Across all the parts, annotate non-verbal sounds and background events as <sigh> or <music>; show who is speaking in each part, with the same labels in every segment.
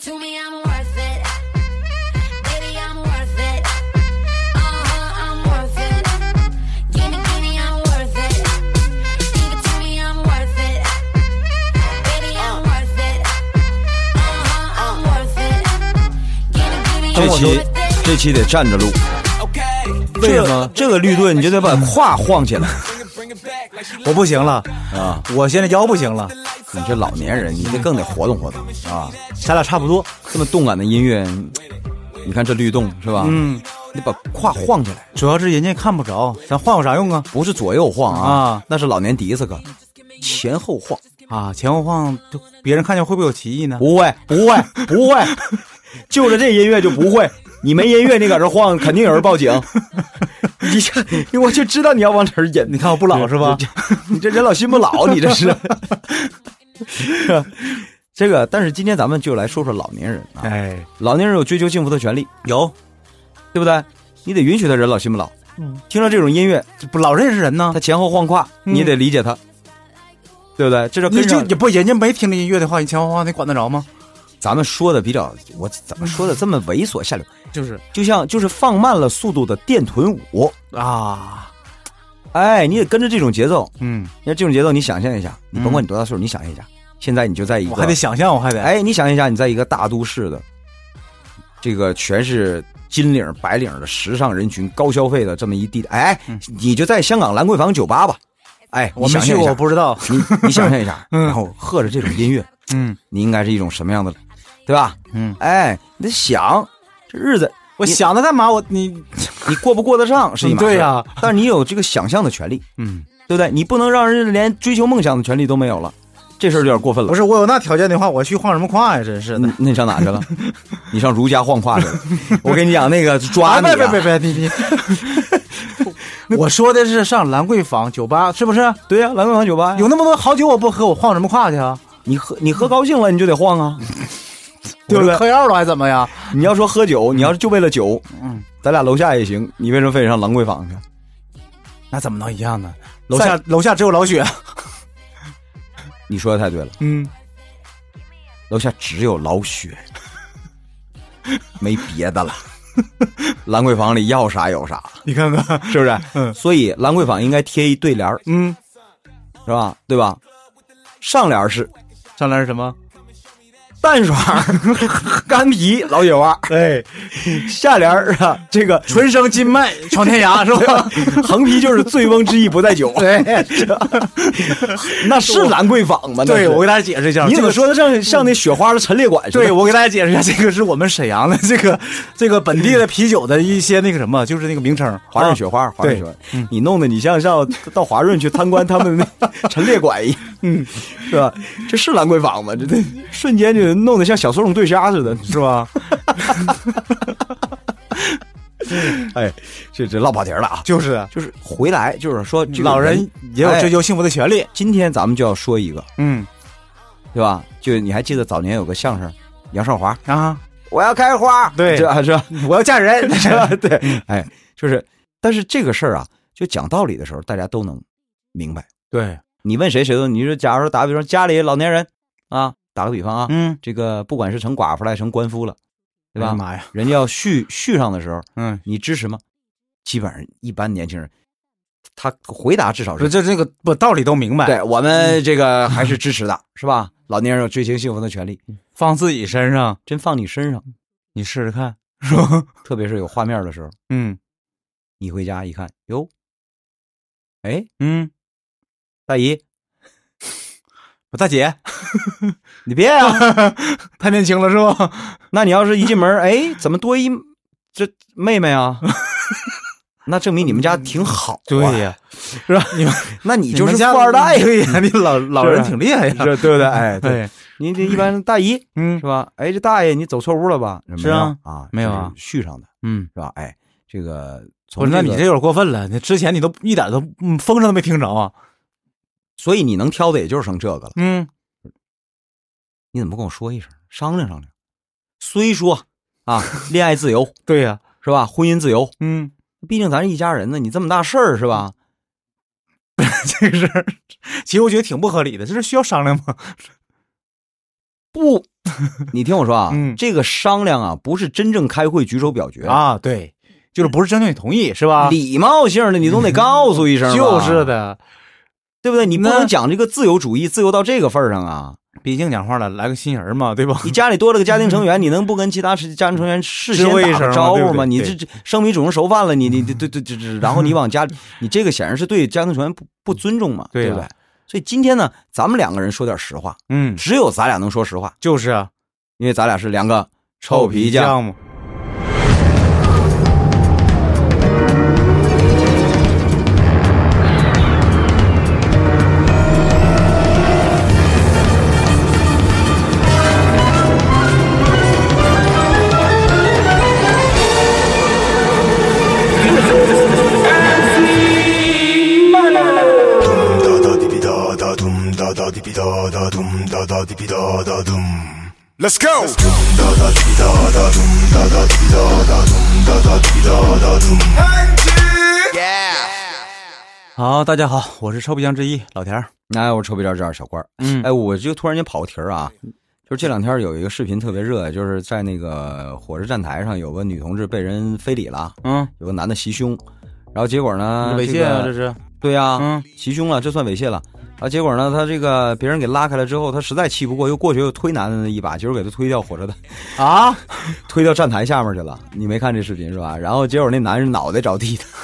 Speaker 1: To me, I'm worth it. Baby, I'm worth it. Uh huh, I'm worth it. Gimme, gimme, I'm worth it. Give it to me, I'm worth it. Baby, I'm worth it. Uh huh, I'm worth it. Gimme, gimme,
Speaker 2: 这
Speaker 1: I'm
Speaker 2: 期
Speaker 1: worth it.
Speaker 2: 这期得站着录，
Speaker 3: 为什么？
Speaker 4: 这个律动你就得把胯晃起来。我不行了
Speaker 2: 啊！
Speaker 4: 我现在腰不行了，
Speaker 2: <laughs> 你这老年人，你这更得活动活动啊！
Speaker 4: 咱俩差不多。
Speaker 2: 这么动感的音乐，你看这律动是吧？嗯，你把胯晃起来，
Speaker 4: 主要是人家看不着，咱晃有啥用啊？
Speaker 2: 不是左右晃啊
Speaker 4: 啊，
Speaker 2: 那是老年迪斯科，前后晃，
Speaker 4: 啊，前后晃，就别人看见会不会有歧义呢？
Speaker 2: 不会，不会，不会，就着这音乐就不会。你没音乐，你搁这晃，肯定有人报警。一下，我就知道你要往这儿引。
Speaker 4: 你看我不老是吧？
Speaker 2: 你这人老心不老，你这是。 <laughs> 这个，但是今天咱们就来说说老年人啊，
Speaker 4: 哎，
Speaker 2: 老年人有追求幸福的权利，
Speaker 4: 有
Speaker 2: 对不对？你得允许他人老心不老。
Speaker 4: 嗯
Speaker 2: 听到这种音乐，
Speaker 4: 这不老认识人
Speaker 2: 啊
Speaker 4: 呢
Speaker 2: 他？前后晃胯，
Speaker 4: 嗯
Speaker 2: 你得理解他，对不对？这就
Speaker 4: 你
Speaker 2: 跟
Speaker 4: 就
Speaker 2: 上
Speaker 4: 也不人家没听着音乐的话，你前后晃你管得着吗？
Speaker 2: 咱们说的比较，我怎么说的这么猥琐下流？
Speaker 4: 就是
Speaker 2: 就像就是放慢了速度的电臀舞，
Speaker 4: 啊，
Speaker 2: 哎，你得跟着这种节奏。
Speaker 4: 嗯，
Speaker 2: 要这种节奏，你想象一下，你甭管你多大岁数，你想象一下，现在你就在一个
Speaker 4: 我还得想象，我还得
Speaker 2: 哎，你想一下，你在一个大都市的，这个全是金领白领的时尚人群、高消费的这么一地，哎，你就在香港兰桂坊酒吧吧，哎，
Speaker 4: 嗯我
Speaker 2: 你
Speaker 4: 没
Speaker 2: 想
Speaker 4: 去
Speaker 2: 象一
Speaker 4: 过，
Speaker 2: 下
Speaker 4: 我不知道。
Speaker 2: 你你想象一下，
Speaker 4: <laughs> 嗯
Speaker 2: 然后和着这种音乐，
Speaker 4: 嗯
Speaker 2: 你应该是一种什么样的，对吧？
Speaker 4: 嗯，
Speaker 2: 哎，你得想这日子
Speaker 4: 我
Speaker 2: 你
Speaker 4: 想它干嘛？我你
Speaker 2: 你过不过得上是一码事，
Speaker 4: 嗯对呀
Speaker 2: 但是你有这个想象的权利，
Speaker 4: 嗯，
Speaker 2: 对不对？你不能让人家连追求梦想的权利都没有了，这事儿有点过分了。
Speaker 4: 不是我有那条件的话，我去晃什么胯呀？真是的
Speaker 2: 那，那你上哪去 <laughs> 了？你上儒家晃胯去了？我跟你讲，那个抓
Speaker 4: 啊
Speaker 2: 你、啊！
Speaker 4: 别别别别，你你。 <laughs> 我说的是上兰桂坊酒吧，是不是？
Speaker 2: 对呀、兰桂坊酒吧呀
Speaker 4: 有那么多好酒我不喝，我晃什么胯去啊？
Speaker 2: 你喝你喝高兴了你就得晃 <laughs> 啊，对
Speaker 4: 对
Speaker 2: 不
Speaker 4: 不对？
Speaker 2: 对？
Speaker 4: 嗑药了还怎么呀？
Speaker 2: 你要说喝酒，你要是就为了酒，
Speaker 4: 嗯，
Speaker 2: 咱俩楼下也行，你为什么非得上兰桂坊去？
Speaker 4: 那怎么能一样呢？楼下楼下只有老雪。
Speaker 2: 你说的太对了，
Speaker 4: 嗯，
Speaker 2: 楼下只有老雪，没别的了。兰桂坊里要啥有啥，
Speaker 4: 你看看，
Speaker 2: 是不是？
Speaker 4: 嗯
Speaker 2: 所以兰桂坊应该贴一对联儿
Speaker 4: <laughs> 嗯，
Speaker 2: 是吧？对吧？上联儿是
Speaker 4: 上来是什么？
Speaker 2: 淡爽儿、 <laughs> 干皮、老雪花，
Speaker 4: 哎，
Speaker 2: 下联儿啊，这个
Speaker 4: 纯生金脉闯天 <laughs> 涯是吧？
Speaker 2: 横批就是“醉翁之意不在酒
Speaker 4: 对，”，
Speaker 2: 那是兰桂坊吗？那
Speaker 4: 对
Speaker 2: 是
Speaker 4: 我给大家解释一下，
Speaker 2: 你怎么
Speaker 4: 这个？
Speaker 2: 说的像像那雪花的陈列馆似的？
Speaker 4: 对，我给大家解释一下，这个是我们沈阳的这个这个本地的啤酒的一些那个什么，就是那个名称，啊
Speaker 2: 华润雪花，华润雪花，嗯你弄得你像像到华润去参观他们 <laughs> 那陈列馆一样，嗯，是吧？这是兰桂坊吗？这这瞬间就弄得像小松鼠对虾似的。
Speaker 4: 是吧？
Speaker 2: 哎，这这落跑题儿了啊！
Speaker 4: 就是啊，
Speaker 2: 就是回来，就是说这个
Speaker 4: 老人也有追。
Speaker 2: 哎
Speaker 4: 求幸福的权利。
Speaker 2: 今天咱们就要说一个，
Speaker 4: 嗯
Speaker 2: 对吧？就你还记得早年有个相声，杨少华，
Speaker 4: 啊，
Speaker 2: 我要开花，
Speaker 4: 对
Speaker 2: 是吧？是吧？
Speaker 4: 我要嫁人，
Speaker 2: <laughs> 是吧？对，哎，就是，但是这个事儿啊，就讲道理的时候，大家都能明白。
Speaker 4: 对，
Speaker 2: 你问谁谁都，你说，假如说打个比方，家里老年人啊，打个比方啊，
Speaker 4: 嗯，
Speaker 2: 这个不管是成寡妇了，还是成官夫了，对
Speaker 4: 对吧？
Speaker 2: 吧？
Speaker 4: 妈呀，
Speaker 2: 人家要续续上的时候，
Speaker 4: 嗯，
Speaker 2: 你支持吗？基本上一般年轻人，他回答至少
Speaker 4: 不是
Speaker 2: 是
Speaker 4: 这这个不道理都明白，
Speaker 2: 对我们这个还是支持的，是吧？老年人有追求幸福的权利，
Speaker 4: 放自己身上，
Speaker 2: 真放你身上，
Speaker 4: 你试试看，是吧？
Speaker 2: 特别是有画面的时候，
Speaker 4: 嗯
Speaker 2: 你回家一看，哟，哎，
Speaker 4: 嗯，
Speaker 2: 大姨，
Speaker 4: 大姐 <laughs>
Speaker 2: 你别啊！
Speaker 4: 太年轻了是吧？
Speaker 2: 那你要是一进门，哎，怎么多一这妹妹啊？ <laughs> 那证明你们家挺好、啊，
Speaker 4: 嗯呀，是吧？ <laughs> 你们
Speaker 2: 那你
Speaker 4: 你
Speaker 2: 就是
Speaker 4: 们
Speaker 2: 富
Speaker 4: 家嗯
Speaker 2: 二代呀，
Speaker 4: 对呀，你老老人挺厉害
Speaker 2: 是
Speaker 4: 呀，
Speaker 2: 对不对？哎，对，
Speaker 4: 啊对，
Speaker 2: 您这一般大姨
Speaker 4: 嗯
Speaker 2: 是吧？哎，这大爷你走错屋了吧？没
Speaker 4: 是啊
Speaker 2: 有啊，
Speaker 4: 没有啊
Speaker 2: 这是续上的
Speaker 4: 嗯。
Speaker 2: 是吧？哎，这个
Speaker 4: 不
Speaker 2: 从
Speaker 4: 是，那
Speaker 2: 个
Speaker 4: 你这有点过分了。那之前你都一点都嗯风声都没听着啊。
Speaker 2: 所以你能挑的也就是剩这个了。
Speaker 4: 嗯，
Speaker 2: 你怎么不跟我说一声，商量商量？虽说啊，恋爱自由
Speaker 4: 对呀，
Speaker 2: 是吧？婚姻自由，
Speaker 4: 嗯， <laughs>
Speaker 2: 毕竟咱是一家人呢。你这么大事儿是吧？
Speaker 4: 这个事儿，其实我觉得挺不合理的，这是需要商量吗？
Speaker 2: 不， <laughs> 你听我说啊，
Speaker 4: 嗯
Speaker 2: 这个商量啊，不是真正开会举手表决，
Speaker 4: 啊，对，就是不是真正同意是吧？
Speaker 2: 礼貌性的你总得告诉一声吧，
Speaker 4: 嗯就是的，
Speaker 2: 对不对？你不
Speaker 4: 那嗯
Speaker 2: 能讲这个自由主义，自由到这个份儿上啊！
Speaker 4: 毕竟讲话了，来个新人嘛，对吧？
Speaker 2: 你家里多了个家庭成
Speaker 4: <laughs>
Speaker 2: 员，你能不跟其他家庭成员事先
Speaker 4: 知会一
Speaker 2: 打
Speaker 4: 声
Speaker 2: 个
Speaker 4: 吗
Speaker 2: 招
Speaker 4: 对
Speaker 2: 呼
Speaker 4: 不
Speaker 2: 吗？
Speaker 4: 啊对
Speaker 2: 你
Speaker 4: 对
Speaker 2: 这这生米煮成熟饭了，你你你对对对对，
Speaker 4: <laughs>
Speaker 2: 然后你往家里，你这个显然是对家庭成员不不尊重嘛，
Speaker 4: 对啊
Speaker 2: 对
Speaker 4: 呀
Speaker 2: 不对？所以今天呢，咱们两个人说点实话，
Speaker 4: 嗯，
Speaker 2: 只有咱俩能说实话，
Speaker 4: 就是啊，
Speaker 2: 因为咱俩是两个臭
Speaker 4: 臭
Speaker 2: 皮
Speaker 4: 皮
Speaker 2: 匠。
Speaker 4: 匠嘛。
Speaker 5: Dum da da di bi da da dum da da di bi da da dum da da di bi da da dum.
Speaker 6: Let's go.
Speaker 4: 好，大家好，我是臭皮匠之一老田儿。
Speaker 2: 哎，我臭皮匠这样小官儿，
Speaker 4: <laughs> 嗯
Speaker 2: 哎，我就突然间跑个题儿啊，就是这两天有一个视频特别热，就是在那个火车站台上有个女同志被人非礼了，
Speaker 4: 嗯，
Speaker 2: 有个男的袭胸，然后结果呢，
Speaker 4: 猥亵啊，
Speaker 2: 这个
Speaker 4: 这是。
Speaker 2: 对呀、
Speaker 4: 嗯
Speaker 2: 袭胸了，这算猥亵了。啊，结果呢，他这个别人给拉开了之后，他实在气不过，又过去又推男的一把，结果给他推掉火车的，
Speaker 4: 啊，
Speaker 2: <laughs> 推到站台下面去了。你没看这视频是吧？然后结果那男人脑袋着地的。 <laughs>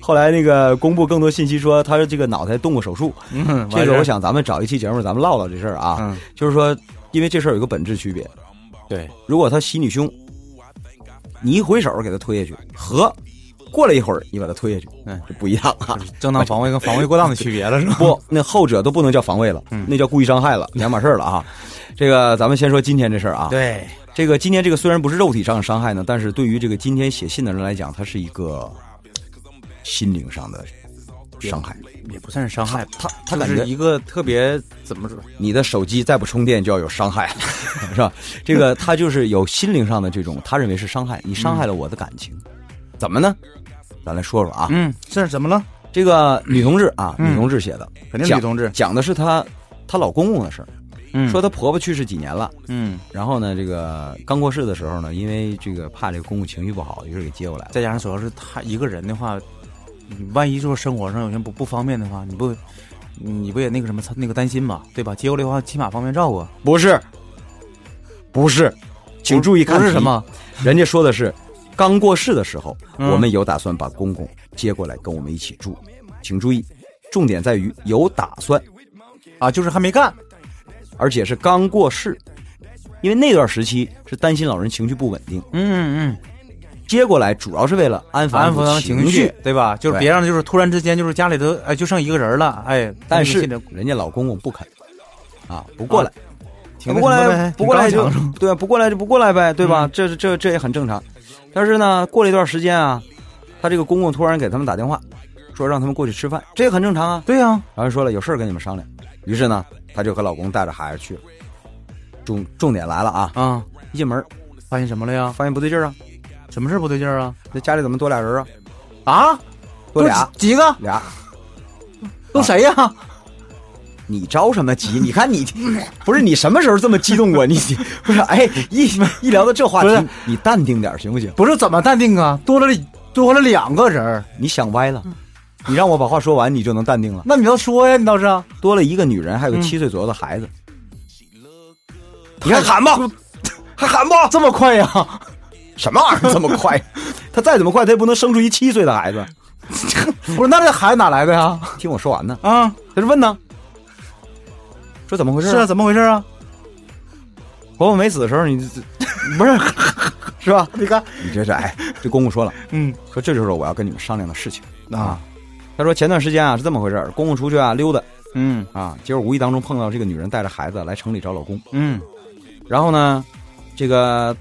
Speaker 2: 后来那个公布更多信息说，他这个脑袋动过手术。
Speaker 4: 嗯，
Speaker 2: 这个我想咱们找一期节目，咱们唠唠这事儿啊。
Speaker 4: 嗯
Speaker 2: 就是说，因为这事儿有个本质区别，
Speaker 4: 对，
Speaker 2: 如果他袭你胸，你一回手给他推下去，和过了一会儿你把他推下去，
Speaker 4: 嗯，
Speaker 2: 这不一样啊。
Speaker 4: 正当防卫跟防卫过当的区别了，是吧？
Speaker 2: 不，那后者都不能叫防卫了，
Speaker 4: 嗯
Speaker 2: 那叫故意伤害了，两码事儿了啊。这个咱们先说今天这事儿啊。，
Speaker 4: 对，
Speaker 2: 这个今天这个虽然不是肉体上的伤害呢，但是对于这个今天写信的人来讲，它是一个心灵上的伤害。
Speaker 4: 也不算是伤害吧，
Speaker 2: 他他
Speaker 4: 他
Speaker 2: 感
Speaker 4: 感
Speaker 2: 觉
Speaker 4: 觉一个特别怎么说？
Speaker 2: 你的手机再不充电就要有伤害了， <laughs> 是吧？这个他就是有心灵上的这种，他认为是伤害，你伤害了我的感情，怎么呢？咱来说说啊，
Speaker 4: 嗯，这是怎么了？
Speaker 2: 这个女同志啊，
Speaker 4: 嗯
Speaker 2: 女同志写的，
Speaker 4: 肯定是
Speaker 2: 讲
Speaker 4: 女同志
Speaker 2: 讲的是她她老公公的事儿，
Speaker 4: 嗯
Speaker 2: 说
Speaker 4: 说
Speaker 2: 她婆婆去世几年了，
Speaker 4: 嗯，
Speaker 2: 然后呢，这个刚过世的时候呢，因为这个怕这个公公情绪不好，于是给接过来了。
Speaker 4: 再加上主要是他一个人的话，你万一就是生活上有些不不方便的话，你不你不也那个什么那个担心吧，对吧？接过来的话，起码方便照顾。
Speaker 2: 不是，不是，请注意看
Speaker 4: 不是
Speaker 2: 题
Speaker 4: 什，么？ <laughs>
Speaker 2: 人家说的是刚过世的时候，
Speaker 4: 嗯
Speaker 2: 我们有打算把公公接过来跟我们一起住，请注意，重点在于有打算，
Speaker 4: 啊，就是还没干。
Speaker 2: 而且是刚过世，因为那段时期是担心老人情绪不稳定，
Speaker 4: 嗯嗯
Speaker 2: 接过来主要是为了安抚
Speaker 4: 安抚他
Speaker 2: 他
Speaker 4: 的
Speaker 2: 情
Speaker 4: 情绪，对吧？就是
Speaker 2: 对
Speaker 4: 别让就是突然之间就是家里头哎就剩一个人了，哎，
Speaker 2: 但
Speaker 4: 那
Speaker 2: 是
Speaker 4: 个心里
Speaker 2: 人家老公公不肯啊，不过来，
Speaker 4: 挺
Speaker 2: 不
Speaker 4: 那
Speaker 2: 过
Speaker 4: 什么
Speaker 2: 来
Speaker 4: 呗
Speaker 2: 不过来
Speaker 4: 挺
Speaker 2: 就
Speaker 4: 刚强嗯
Speaker 2: 对啊，不过来就不过来呗，对吧？这这这也很正常。但是呢，过了一段时间啊，他这个公公突然给他们打电话，说让他们过去吃饭，这也很正常啊。
Speaker 4: 对呀、
Speaker 2: 然后说了有事儿跟你们商量，于是呢，她就和老公带着孩子去了。重重点来了啊！
Speaker 4: 啊，
Speaker 2: 一进门
Speaker 4: 发现什么了呀？
Speaker 2: 发现不对劲儿啊，
Speaker 4: 什么事儿不对劲儿啊？
Speaker 2: 那家里怎么多俩人啊？
Speaker 4: 啊，
Speaker 2: 多俩啊
Speaker 4: 几几个？
Speaker 2: 俩，
Speaker 4: 都谁呀、
Speaker 2: 你着什么急？你看你，不是你什么时候这么激动啊过？你你不是哎，一一聊到这话
Speaker 4: 不是
Speaker 2: 题，你淡定点儿行不行？
Speaker 4: 不是怎么淡定啊？多了多了两个人儿，
Speaker 2: 你想歪了，你让我把话说完，你就能淡定了。
Speaker 4: 那你倒说呀，你倒是啊
Speaker 2: 多了一个女人，还有个
Speaker 4: 嗯
Speaker 2: 七岁左右的孩子，你还喊吧，还喊吧，
Speaker 4: 这么快呀？
Speaker 2: <laughs> 什么玩意儿这么快？ <laughs> 他再怎么快，他也不能生出一七岁的孩子。
Speaker 4: 不是，那这孩子哪来的呀？
Speaker 2: 听我说完呢，
Speaker 4: 啊，
Speaker 2: 他就问呢，说怎么回事、
Speaker 4: 是啊，，怎么回事啊？
Speaker 2: 婆婆没死的时候，你
Speaker 4: <laughs>
Speaker 2: 这不是是吧？
Speaker 4: 你看，
Speaker 2: 你这是哎，这公公说了，
Speaker 4: 嗯
Speaker 2: 说这就是我要跟你们商量的事情。
Speaker 4: 啊，
Speaker 2: 他说前段时间啊是这么回事儿，公公出去啊溜达
Speaker 4: 嗯
Speaker 2: 啊，结果无意当中碰到这个女人带着孩子来城里找老公，
Speaker 4: 嗯
Speaker 2: 然后呢，这个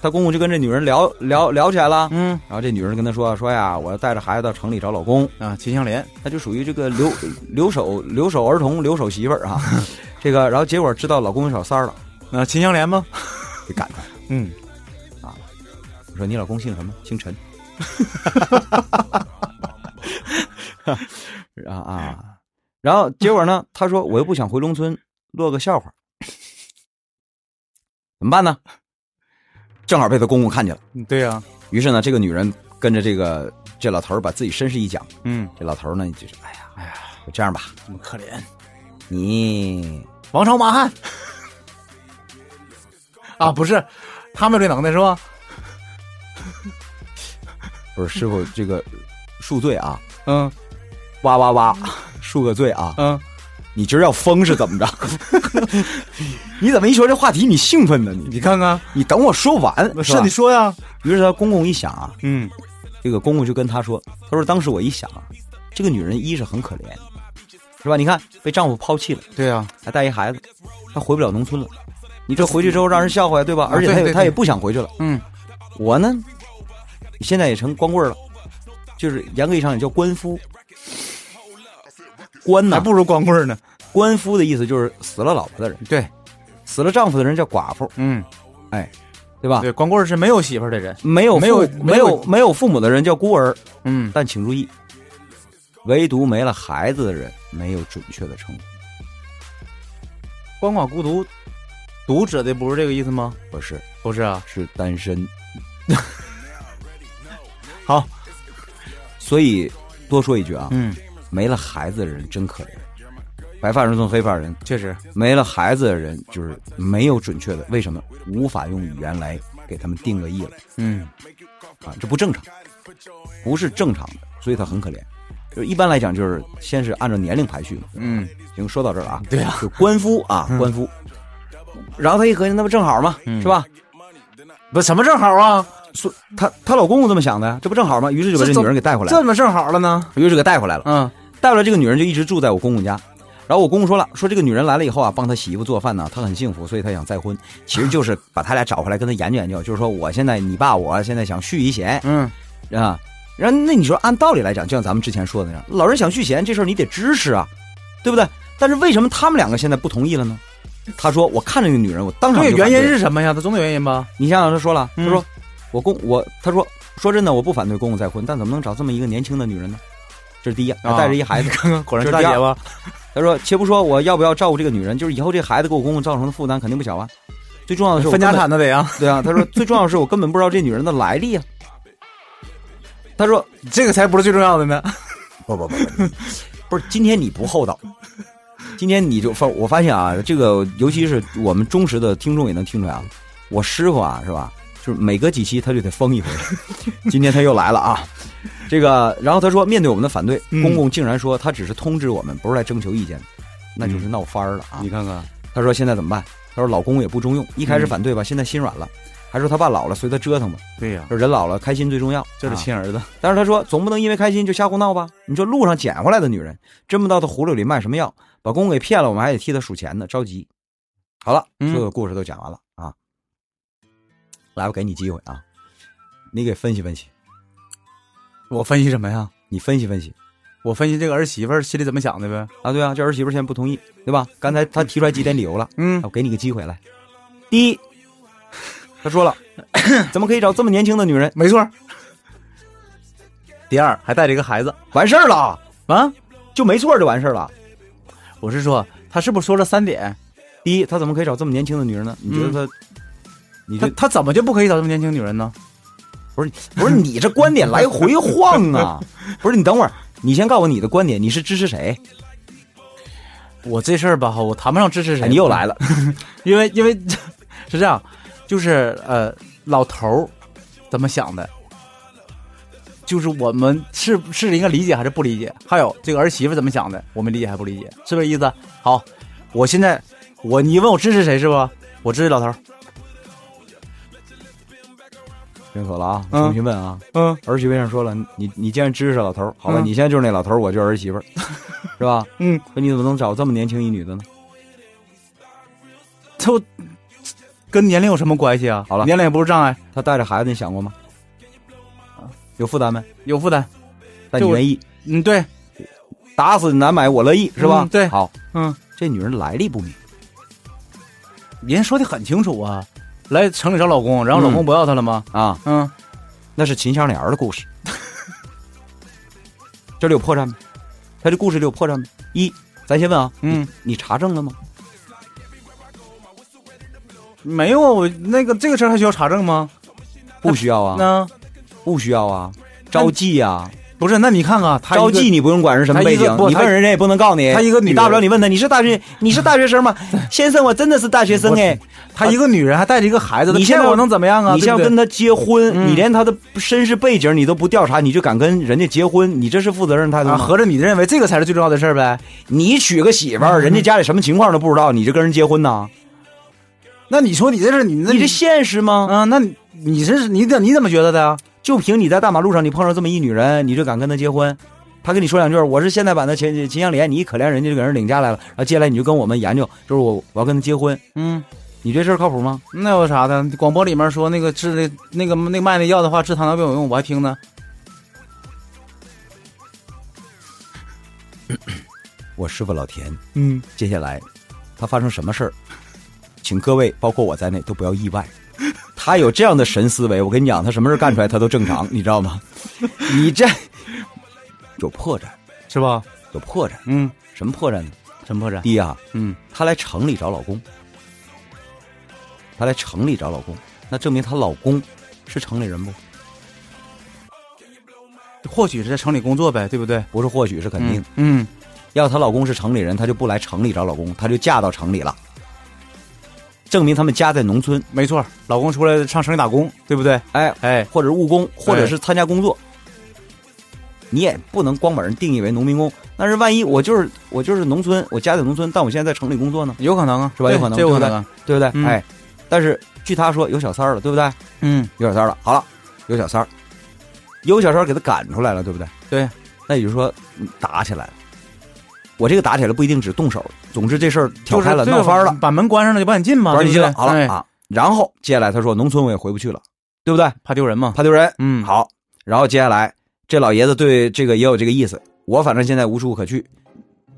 Speaker 2: 他公公就跟这女人聊聊聊起来了。
Speaker 4: 嗯
Speaker 2: 然后这女人跟他说说呀，我要带着孩子到城里找老公，
Speaker 4: 啊，秦香莲，
Speaker 2: 他就属于这个留留守留守儿童留守媳妇儿啊， <laughs> 这个然后结果知道老公有小三儿了，
Speaker 4: 啊，秦香莲吗？
Speaker 2: 给赶出来。
Speaker 4: 嗯，
Speaker 2: 我说你老公姓什么？姓陈。 <laughs> 啊啊！然后结果呢？他说我又不想回农村落个笑话，怎么办呢？正好被他公公看见了，
Speaker 4: 嗯对呀、
Speaker 2: 于是呢，这个女人跟着这个这老头儿把自己身世一讲，
Speaker 4: 嗯，
Speaker 2: 这老头儿呢就是，哎呀，哎呀，这样吧，
Speaker 4: 这么可怜，
Speaker 2: 你
Speaker 4: 王朝马 <laughs> 汉啊，不是，他没有这能耐是吧？
Speaker 2: 不是师傅这个恕罪啊，
Speaker 4: 嗯
Speaker 2: 哇哇哇，恕个罪啊，
Speaker 4: 嗯，
Speaker 2: 你今儿要疯是怎么着？ <laughs> 你怎么一说这话题你兴奋呢？你
Speaker 4: 你看看，
Speaker 2: 你等我说完，
Speaker 4: 是你
Speaker 2: 你。
Speaker 4: 说呀，
Speaker 2: 于是他公公一想啊，
Speaker 4: 嗯，
Speaker 2: 这个公公就跟他说，他说当时我一想啊，这个女人一是很可怜，是吧？你看被丈夫抛弃了，
Speaker 4: 对呀、
Speaker 2: 还带一孩子，她回不了农村了。你这回去之后让人笑话呀，对吧？
Speaker 4: 啊
Speaker 2: 而且她
Speaker 4: 对对
Speaker 2: 也
Speaker 4: 对
Speaker 2: 她也不想回去了。
Speaker 4: 嗯，
Speaker 2: 我呢，现在也成光棍了，就是严格意义上也叫官夫。官
Speaker 4: 还
Speaker 2: 呢？
Speaker 4: 不如光棍呢。
Speaker 2: 官夫的意思就是死了老婆的人，
Speaker 4: 对，
Speaker 2: 死了丈夫的人叫寡妇，
Speaker 4: 嗯，
Speaker 2: 对吧？
Speaker 4: 对，光棍是没有媳妇儿的人。
Speaker 2: 没有父
Speaker 4: 没有
Speaker 2: 没
Speaker 4: 没
Speaker 2: 有
Speaker 4: 有
Speaker 2: 没有父母的人叫孤儿，
Speaker 4: 嗯，
Speaker 2: 但请注意，唯独没了孩子的人没有准确的称呼。
Speaker 4: 鳏寡孤独，独指的不是这个意思吗？
Speaker 2: 不是，
Speaker 4: 不是啊，
Speaker 2: 是单身。
Speaker 4: 好，
Speaker 2: 所以多说一句啊，
Speaker 4: 嗯，
Speaker 2: 没了孩子的人真可怜。白发人送黑发人，
Speaker 4: 确实，
Speaker 2: 没了孩子的人就是没有准确的，为什么无法用语言来给他们定个义了
Speaker 4: 嗯，
Speaker 2: 啊？这不正常，不是正常的，所以他很可怜。就一般来讲，就是先是按照年龄排序嘛。
Speaker 4: 嗯，
Speaker 2: 行，说到这儿了啊。
Speaker 4: 对啊，
Speaker 2: 就官夫啊，官夫。然后他一合计，那不正好吗？
Speaker 4: 嗯
Speaker 2: 是吧？
Speaker 4: 不什么正好啊？
Speaker 2: 说她她老公公这么想的，这不正好吗？于是就把这
Speaker 4: 这这
Speaker 2: 女人给带回来
Speaker 4: 这
Speaker 2: 了，
Speaker 4: 么正好了呢？
Speaker 2: 于是给带回来了。
Speaker 4: 嗯
Speaker 2: 带回来这个女人就一直住在我公公家。然后我公公说了，说这个女人来了以后啊，帮他洗衣服做饭呢，她很幸福，所以她想再婚。其实就是把他俩找回来跟他研究研究，就是说我现在你爸我现在想续一弦
Speaker 4: 嗯，
Speaker 2: 啊。然后那你说按道理来讲，就像咱们之前说的那样，老人想续弦这事儿你得支持啊，对不对？但是为什么他们两个现在不同意了呢？他说我看着那个女人，我当场
Speaker 4: 对，
Speaker 2: 就反
Speaker 4: 原因
Speaker 2: 对
Speaker 4: 是什么呀？他总得有原因吧？
Speaker 2: 你想想，他说了，他
Speaker 4: 嗯
Speaker 2: 说、我公我，他说说真的，我不反对公公再婚，但怎么能找这么一个年轻的女人呢？这是第一，还
Speaker 4: 啊
Speaker 2: 带着一孩子。 <laughs>
Speaker 4: 看 <laughs> 看，果然是
Speaker 2: 这
Speaker 4: 大
Speaker 2: 是第二
Speaker 4: 姐吧？
Speaker 2: 他说，且不说我要不要照顾这个女人，就是以后这孩子给我公公造成的负担肯定不小啊。最重要的是我
Speaker 4: 分家
Speaker 2: 根本
Speaker 4: 产，的得 <laughs> 啊，
Speaker 2: 对啊。他说，最重要的是我根本不知道这女人的来历啊。他说，
Speaker 4: 这个才不是最重要的呢。
Speaker 2: 不不不，不不是今天你不厚道，今天你就发我发现啊，这个尤其是我们忠实的听众也能听出来啊，我师傅啊是吧，就是每隔几期他就得疯一回， <laughs> 今天他又来了啊，这个然后他说面对我们的反对，
Speaker 4: 嗯
Speaker 2: 公公竟然说他只是通知我们，不是来征求意见的，那就是闹翻儿了啊。
Speaker 4: 看看，
Speaker 2: 他说现在怎么办？他说老公也不中用，一开始反对吧，现在心软了，还说他爸老了随他折腾吧，
Speaker 4: 对呀，
Speaker 2: 说人老了开心最重要，
Speaker 4: 这是
Speaker 2: 啊
Speaker 4: 亲儿子。
Speaker 2: 但是他说，总不能因为开心就瞎胡闹吧？你说路上捡回来的女人，真不知道她葫芦里卖什么药，把公公给骗了，我们还得替她数钱呢，着急。好了，
Speaker 4: 嗯
Speaker 2: 所有故事都讲完了啊，来，我给你机会啊，你给分析分析，
Speaker 4: 我分析什么呀？
Speaker 2: 你分析分析
Speaker 4: 我分析这个儿媳妇儿心里怎么想的呗。
Speaker 2: 啊，对啊，这儿媳妇现在不同意，对吧？刚才她提出来几点理由了，
Speaker 4: 嗯
Speaker 2: 我给你个机会来。第一，她
Speaker 4: <coughs>
Speaker 2: 说了，怎么可以找这么年轻的女人？
Speaker 4: 没错儿。第二，还带着一个孩子
Speaker 2: 完事儿了，
Speaker 4: 啊！
Speaker 2: 就没错儿就完事儿了。
Speaker 4: 我是说，他是不是说了三点？
Speaker 2: 第一，她怎么可以找这么年轻的女人呢？你觉得她？
Speaker 4: 嗯
Speaker 2: 你觉
Speaker 4: 他
Speaker 2: 得
Speaker 4: 他怎么就不可以找这么年轻女人呢？
Speaker 2: 不是你这观点来回晃 <laughs> 啊！不是你等会儿，你先告诉我你的观点，你是支持谁？
Speaker 4: 我这事儿吧，我谈不上支持谁。
Speaker 2: 哎，你又来了，
Speaker 4: 因为因为是这样，就是呃，老头儿怎么想的，就是我们是是应该理解还是不理解？还有这个儿媳妇怎么想的，我们理解还不理解？是不是意思？好，我现在我你问我支持谁是吧？我支持老头儿。
Speaker 2: 听错了啊！
Speaker 4: 嗯
Speaker 2: 重新问啊！
Speaker 4: 嗯，
Speaker 2: 儿媳妇上说了，你你既然支持老头儿，好吧，
Speaker 4: 嗯
Speaker 2: 你现在就是那老头儿，我就是儿媳 <laughs> 妇儿，是吧？
Speaker 4: 嗯，
Speaker 2: 那你怎么能找这么年轻一女的呢？
Speaker 4: 就跟年龄有什么关系啊？
Speaker 2: 好了
Speaker 4: 年龄也不是障碍，
Speaker 2: 她带着孩子，你想过吗？有负担没？
Speaker 4: 有负担。
Speaker 2: 但你
Speaker 4: 就
Speaker 2: 愿意，
Speaker 4: 嗯，对，
Speaker 2: 打死难买我乐意，是吧？
Speaker 4: 嗯对
Speaker 2: 好，
Speaker 4: 嗯，
Speaker 2: 这女人来历不明，
Speaker 4: 人家说的很清楚啊，来城里找老公，然后老公
Speaker 2: 嗯
Speaker 4: 不要她了吗？
Speaker 2: 啊，
Speaker 4: 嗯，
Speaker 2: 那是秦香莲儿的 <laughs> 故事。这里有破绽吗？他这故事里有破绽吗？一，咱先问啊，
Speaker 4: 嗯
Speaker 2: 你，你查证了吗？
Speaker 4: 没有啊，我那个这个事儿还需要查证吗？
Speaker 2: 不需要啊，
Speaker 4: 那
Speaker 2: 不需要啊，招妓啊，
Speaker 4: 不是，那你看啊看他一
Speaker 2: 招
Speaker 4: 个
Speaker 2: 妓你不用管是什么背景
Speaker 4: 他一个，不
Speaker 2: 你
Speaker 4: 他
Speaker 2: 问人家也不能告你。
Speaker 4: 他一个女
Speaker 2: 你
Speaker 4: 人
Speaker 2: 大不了你问他，你是大学你是大学
Speaker 4: <laughs>
Speaker 2: 生吗？先生，我真的是大学生哎。
Speaker 4: 他一个女人还带着一个孩子，
Speaker 2: 你
Speaker 4: 现
Speaker 2: 现
Speaker 4: 在
Speaker 2: 在
Speaker 4: 我能怎么样啊？
Speaker 2: 你
Speaker 4: 对
Speaker 2: 像
Speaker 4: 不对
Speaker 2: 跟他结婚，
Speaker 4: 嗯
Speaker 2: 你连他的身世背景你都不调查，你就敢跟人家结婚，你这是负责任态度
Speaker 4: 啊，
Speaker 2: 吗？
Speaker 4: 合着你认为这个才是最重要的事儿呗？
Speaker 2: 你娶个媳妇
Speaker 4: 嗯
Speaker 2: 儿，人家家里什么情况都不知道，你就跟人结婚呐？
Speaker 4: 那你说你这是你那
Speaker 2: 你这现实吗？
Speaker 4: 啊、那你你这是你怎你怎么觉得的呀？
Speaker 2: 啊就凭你在大马路上你碰上这么一女人，你就敢跟她结婚？她跟你说两句，我是现代版的秦秦香莲，你一可怜人家就给人领家来了，然后接下来你就跟我们研究，就是我我要跟她结婚，
Speaker 4: 嗯，
Speaker 2: 你这事儿靠谱吗？
Speaker 4: 那有啥的？广播里面说那个治的那个那卖那药的话治糖尿病有用，我还听呢。
Speaker 2: 我师傅老田，
Speaker 4: 嗯，
Speaker 2: 接下来他发生什么事儿，请各位包括我在内都不要意外。他有这样的神思维，我跟你讲，他什么事儿干出来他都正常，你知道吗？你这有破绽，
Speaker 4: 是吧？
Speaker 2: 有破绽，
Speaker 4: 嗯，
Speaker 2: 什么破绽呢？
Speaker 4: 什么破绽？
Speaker 2: 第一啊，
Speaker 4: 嗯，
Speaker 2: 她来城里找老公，她来城里找老公，那证明她老公是城里人不？
Speaker 4: 或许是在城里工作呗，对不对？
Speaker 2: 不是，或许是肯定。
Speaker 4: 嗯，
Speaker 2: 要她老公是城里人，她就不来城里找老公，她就嫁到城里了，证明他们家在农村，
Speaker 4: 没错，老公出来上城里打工，对不对？
Speaker 2: 哎，
Speaker 4: 哎，
Speaker 2: 或者是务工，或者是参加工作。你也不能光把人定义为农民工，但是万一我就是我就是农村，我家在农村，但我现在在城里工作呢，
Speaker 4: 有可能啊，
Speaker 2: 是吧
Speaker 4: 对
Speaker 2: 有可能
Speaker 4: 这有
Speaker 2: 对
Speaker 4: 可
Speaker 2: 不对
Speaker 4: 能啊。
Speaker 2: 对不对？
Speaker 4: 嗯
Speaker 2: 哎，但是据她说有小三儿了，对不对？
Speaker 4: 嗯，
Speaker 2: 有小三儿了，好了，有小三儿，有小三儿给他赶出来了，对不对？
Speaker 4: 对，啊
Speaker 2: 那也就是说嗯打起来了。我这个打起来不一定只动手，总之这事儿挑
Speaker 4: 就是
Speaker 2: 开了，
Speaker 4: 对
Speaker 2: 闹翻了，
Speaker 4: 把门关上了就把你进嘛，
Speaker 2: 玩你进来，
Speaker 4: 对不对
Speaker 2: 好了、
Speaker 4: 哎
Speaker 2: 啊。然后接下来他说农村我也回不去了，对不对？
Speaker 4: 怕丢人嘛。
Speaker 2: 怕丢人。
Speaker 4: 嗯，，
Speaker 2: 好，然后接下来这老爷子对这个也有这个意思，我反正现在无处可去，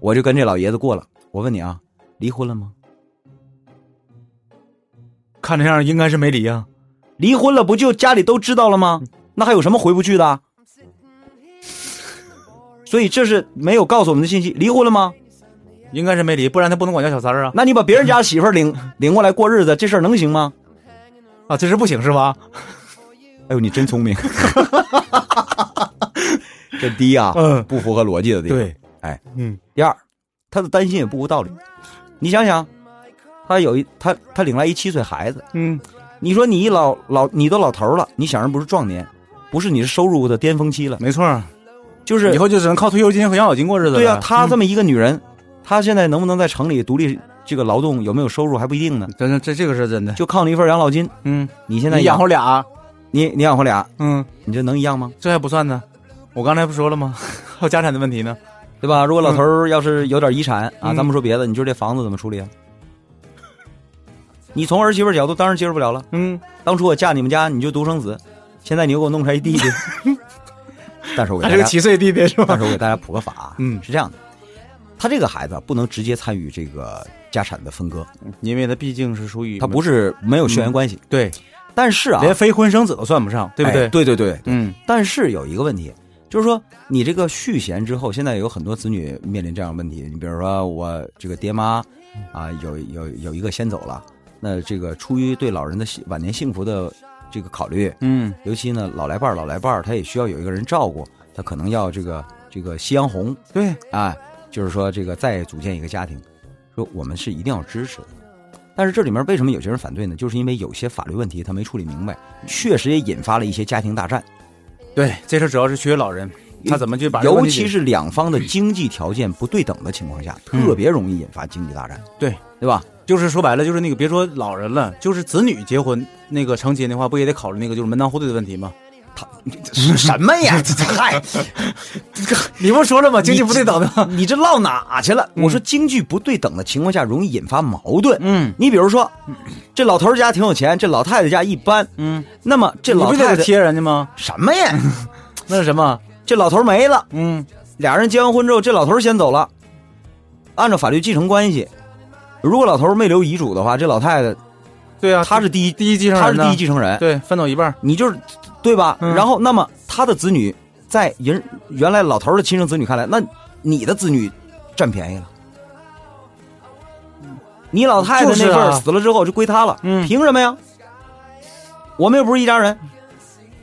Speaker 2: 我就跟这老爷子过了。我问你啊，离婚了吗？
Speaker 4: 看这样应该是没离啊。
Speaker 2: 离婚了不就家里都知道了吗？那还有什么回不去的？啊所以这是没有告诉我们的信息。离婚了吗？
Speaker 4: 应该是没离，不然他不能管叫小三儿啊。
Speaker 2: 那你把别人家媳妇儿 <laughs> 领领过来过日子，这事儿能行吗？
Speaker 4: 啊，这是不行是吧？
Speaker 2: 哎呦，你真 <laughs> 聪明。这第一啊，
Speaker 4: 嗯
Speaker 2: 不符合逻辑的地方。，，哎，
Speaker 4: 嗯，
Speaker 2: 第二，他的担心也不无道理。你想想，他有一他他领来一七岁孩子，
Speaker 4: 嗯，
Speaker 2: 你说你一老老你都老头儿了，你想人不是壮年，不是你是收入的巅峰期了，
Speaker 4: 没错儿，
Speaker 2: 就是
Speaker 4: 以后就只能靠退休金和养老金过日子了。嗯
Speaker 2: 对呀、她这
Speaker 4: 么
Speaker 2: 么一个女人，她现在能不能在城里独立这个劳动，有没有收入还不一定呢，
Speaker 4: 真的这这个是真的。
Speaker 2: 就靠你一份养老金。
Speaker 4: 嗯，
Speaker 2: 你现在
Speaker 4: 你养活俩，
Speaker 2: 你你养活俩，
Speaker 4: 嗯，
Speaker 2: 你这能一样吗？
Speaker 4: 这还不算呢。我刚才不说了吗？ <laughs> 还有家产的问题呢。
Speaker 2: 对吧？如果老头儿要是有点遗产、啊，
Speaker 4: 嗯
Speaker 2: 咱不说别的，你就这房子怎么处理啊？你从儿媳妇角度当然接受不了了。
Speaker 4: 嗯，
Speaker 2: 当初我嫁你们家你就独生子，现在你又给我弄出来一弟
Speaker 4: <laughs>
Speaker 2: 弟。但是我给
Speaker 4: 他
Speaker 2: 大
Speaker 4: 是个
Speaker 2: 家，
Speaker 4: 七岁弟弟是吧
Speaker 2: 但？是我给大家普个法啊，
Speaker 4: <laughs> 嗯
Speaker 2: 是这样的，他这个孩子啊不能直接参与这个家产的分割，
Speaker 4: <laughs> 因为他毕竟是属于
Speaker 2: 他不是没有
Speaker 4: 嗯
Speaker 2: 血缘关系，
Speaker 4: 对，
Speaker 2: 但是啊，
Speaker 4: 连非婚生子都算不上，对不
Speaker 2: 哎
Speaker 4: 对？
Speaker 2: 对对对。
Speaker 4: 嗯，
Speaker 2: 但是有一个问题，就是说你这个续弦之后，现在有很多子女面临这样的问题。你比如说我这个爹妈
Speaker 4: 嗯
Speaker 2: 啊，有有有一个先走了，那这个出于对老人的幸晚年幸福的这个考虑，
Speaker 4: 嗯，
Speaker 2: 尤其呢老来伴儿老来伴儿，他也需要有一个人照顾，他可能要这个这个夕阳红
Speaker 4: 对，
Speaker 2: 啊，就是说这个再组建一个家庭，说我们是一定要支持的。但是这里面为什么有些人反对呢？就是因为有些法律问题他没处理明白，确实也引发了一些家庭大战。
Speaker 4: 对，这事儿主要是缺老人，他怎么去把这个
Speaker 2: 尤
Speaker 4: 问题解
Speaker 2: 其
Speaker 4: 决
Speaker 2: 是两方的经济条件不对等的情况下，
Speaker 4: 嗯
Speaker 2: 特别容易引发经济大
Speaker 4: <laughs>
Speaker 2: 战，
Speaker 4: 对
Speaker 2: 对吧？
Speaker 4: 就是说白了，就是那个别说老人了，就是子女结婚那个成亲的话，不也得考虑那个就是门当户对的问题吗？
Speaker 2: 什么呀？嗨，
Speaker 4: 你不说了吗？经济不对等的吗？
Speaker 2: 你这唠哪去了？我说经济不对等的情况下，容易引发矛盾。
Speaker 4: 嗯
Speaker 2: 你比如说，这老头儿家挺有钱，这老太太家一般，
Speaker 4: 嗯，
Speaker 2: 那么这
Speaker 4: 这老
Speaker 2: 老
Speaker 4: 不
Speaker 2: 太
Speaker 4: 得嗯
Speaker 2: 太
Speaker 4: 贴人家吗？
Speaker 2: 什么呀？
Speaker 4: 那是什么？
Speaker 2: 这老头儿没了，
Speaker 4: 嗯，
Speaker 2: 俩人结完婚之后，这老头儿先走了，按照法律继承关系，如果老头儿没留遗嘱的话，这老太太
Speaker 4: 对啊，
Speaker 2: 她是第一，
Speaker 4: 第一继承
Speaker 2: 她
Speaker 4: 人
Speaker 2: 是
Speaker 4: 呢，
Speaker 2: 第一继承人，
Speaker 4: 对，分走一半儿。
Speaker 2: 你就是对吧？
Speaker 4: 嗯
Speaker 2: 然后，那么他的子女在人原来老头儿的亲生子女看来，那你的子女占便宜了，你老太太那
Speaker 4: 就是
Speaker 2: 份儿
Speaker 4: 啊
Speaker 2: 死了之后就归她了，
Speaker 4: 嗯
Speaker 2: 凭什么呀？我们又不是一家人，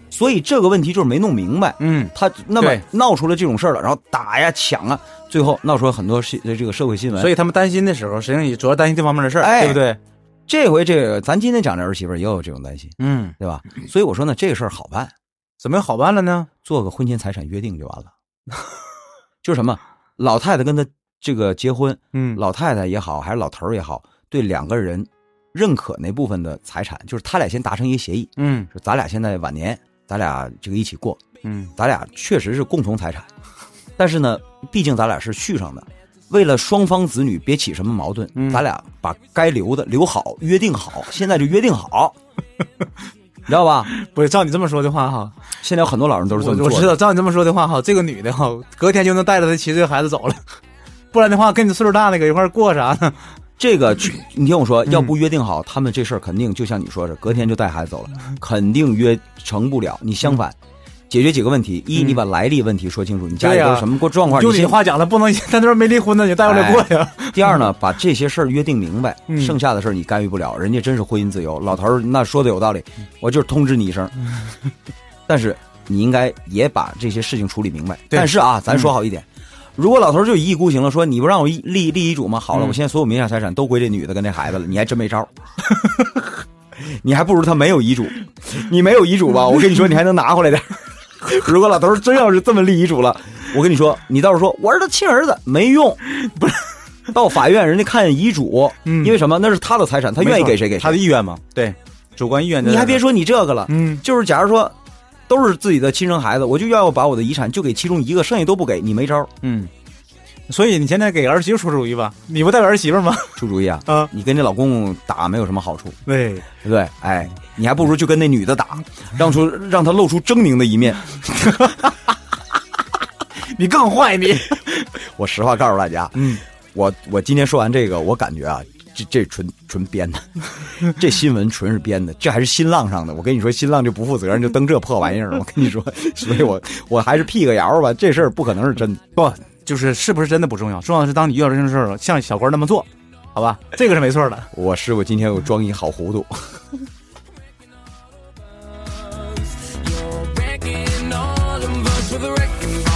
Speaker 2: 所以这个问题就是没弄明白。
Speaker 4: 嗯，
Speaker 2: 他那么
Speaker 4: 对
Speaker 2: 闹出了这种事儿了，然后打呀抢啊，最后闹出了很多新这个社会新闻。
Speaker 4: 所
Speaker 2: 以
Speaker 4: 以他们担心的时候，实际上也主要担心这方面的事儿，
Speaker 2: 哎
Speaker 4: 对不对？
Speaker 2: 这回这个咱今天讲这儿媳妇儿也有这种担心，
Speaker 4: 嗯，
Speaker 2: 对吧？所以我说呢，这事儿好办，
Speaker 4: 怎么又好办了呢？
Speaker 2: 做个婚前财产约定就完了。 <laughs> 就是什么，老太太跟他这个结婚，
Speaker 4: 嗯
Speaker 2: 老太太也好，还是老头儿也好，对两个人认可那部分的财产，就是他俩先达成一个协议，
Speaker 4: 嗯
Speaker 2: 说咱俩现在晚年，咱俩这个一起过，
Speaker 4: 嗯
Speaker 2: 咱俩确实是共同财产，但是呢，毕竟咱俩是续上的，为了双方子女别起什么矛盾，
Speaker 4: 嗯
Speaker 2: 咱俩把该留的留好，约定好，现在就约定
Speaker 4: <laughs>
Speaker 2: 好，你知道吧？
Speaker 4: 不是，照你这么说的话哈，
Speaker 2: 现在有很多老人都是这
Speaker 4: 我
Speaker 2: 么做
Speaker 4: 我
Speaker 2: 的
Speaker 4: 知道，照你这么说的话哈，这个女的哈，隔天就能带着她七岁孩子走了，不然的话，跟你岁数大那个一块儿过啥呢？
Speaker 2: 这个，
Speaker 4: <laughs>
Speaker 2: 你听我说，要
Speaker 4: 嗯
Speaker 2: 不约定好，他们这事儿肯定就像你说的，隔天就带孩子走了，肯定约成不了。你相反，解决几个问题：一，
Speaker 4: 嗯
Speaker 2: 你把来历问题说清楚，你家里
Speaker 4: 对呀啊
Speaker 2: 都是什么过状
Speaker 4: <laughs>
Speaker 2: 况？
Speaker 4: 用你哎
Speaker 2: 先
Speaker 4: 的话讲了，不能，她这没离婚呢，你带回来过呀。
Speaker 2: <laughs> 第二呢，把这些事儿约定明白，
Speaker 4: 嗯
Speaker 2: 剩下的事儿你干预不了，人家真是婚姻自由。老头儿那说的有道理，我就是通知你一声，
Speaker 4: 嗯
Speaker 2: 但是你应该也把这些事情处理明白。
Speaker 4: 对嗯
Speaker 2: 但是啊，咱说好一点，如果老头儿就一意孤行了，说你不让我一立立遗嘱吗？好了，
Speaker 4: 嗯
Speaker 2: 我现在所有名下财产都归这女的跟这孩子了，你还真没招儿。 <laughs> 你还不如他没有遗嘱，你没有遗嘱吧？ <laughs> 我跟你说，你还能拿回来点儿。 <laughs> 如果老头儿真要是这么立遗嘱了，我跟你说，你到时候说我儿子亲儿子没用，不是到法院人家看遗嘱，
Speaker 4: 嗯
Speaker 2: 因为什么？那是他的财产，他愿意给谁给
Speaker 4: 她
Speaker 2: 谁。
Speaker 4: 的意愿嘛，对，主观意愿。
Speaker 2: 你还别，说你这个了，
Speaker 4: 嗯
Speaker 2: 就是假如说都是自己的亲生孩子，我就要把我的遗产就给其中一个，剩下都不给你没招儿。
Speaker 4: 嗯，所以你现在给儿媳妇出主意吧，你不代表儿媳妇吗？ <laughs>
Speaker 2: 出 <laughs> 主意啊，
Speaker 4: 啊，
Speaker 2: 你跟这老公公打没有什么好处，
Speaker 4: 对，
Speaker 2: 对不对？哎，你还不如就跟那女的打，让出让她露出狰狞的一面。 <laughs>
Speaker 4: 你更坏你。
Speaker 2: 我实话告诉大家，
Speaker 4: 嗯，
Speaker 2: 我我今天说完这个，我感觉啊，这这纯纯编的，这新闻纯是编的，这还是新浪上的。我跟你说，新浪就不负责任，就登这破玩意儿。我跟你说，所以我我还是辟个谣吧，这事儿不可能是真的。
Speaker 4: 不，就是是不是真的不重要，重要的是当你遇到这种事儿，像小官那么做，好吧，这个是没错的。
Speaker 2: 我师傅今天又装一好糊涂，
Speaker 3: Wrecking all of us with a wrecking Oh,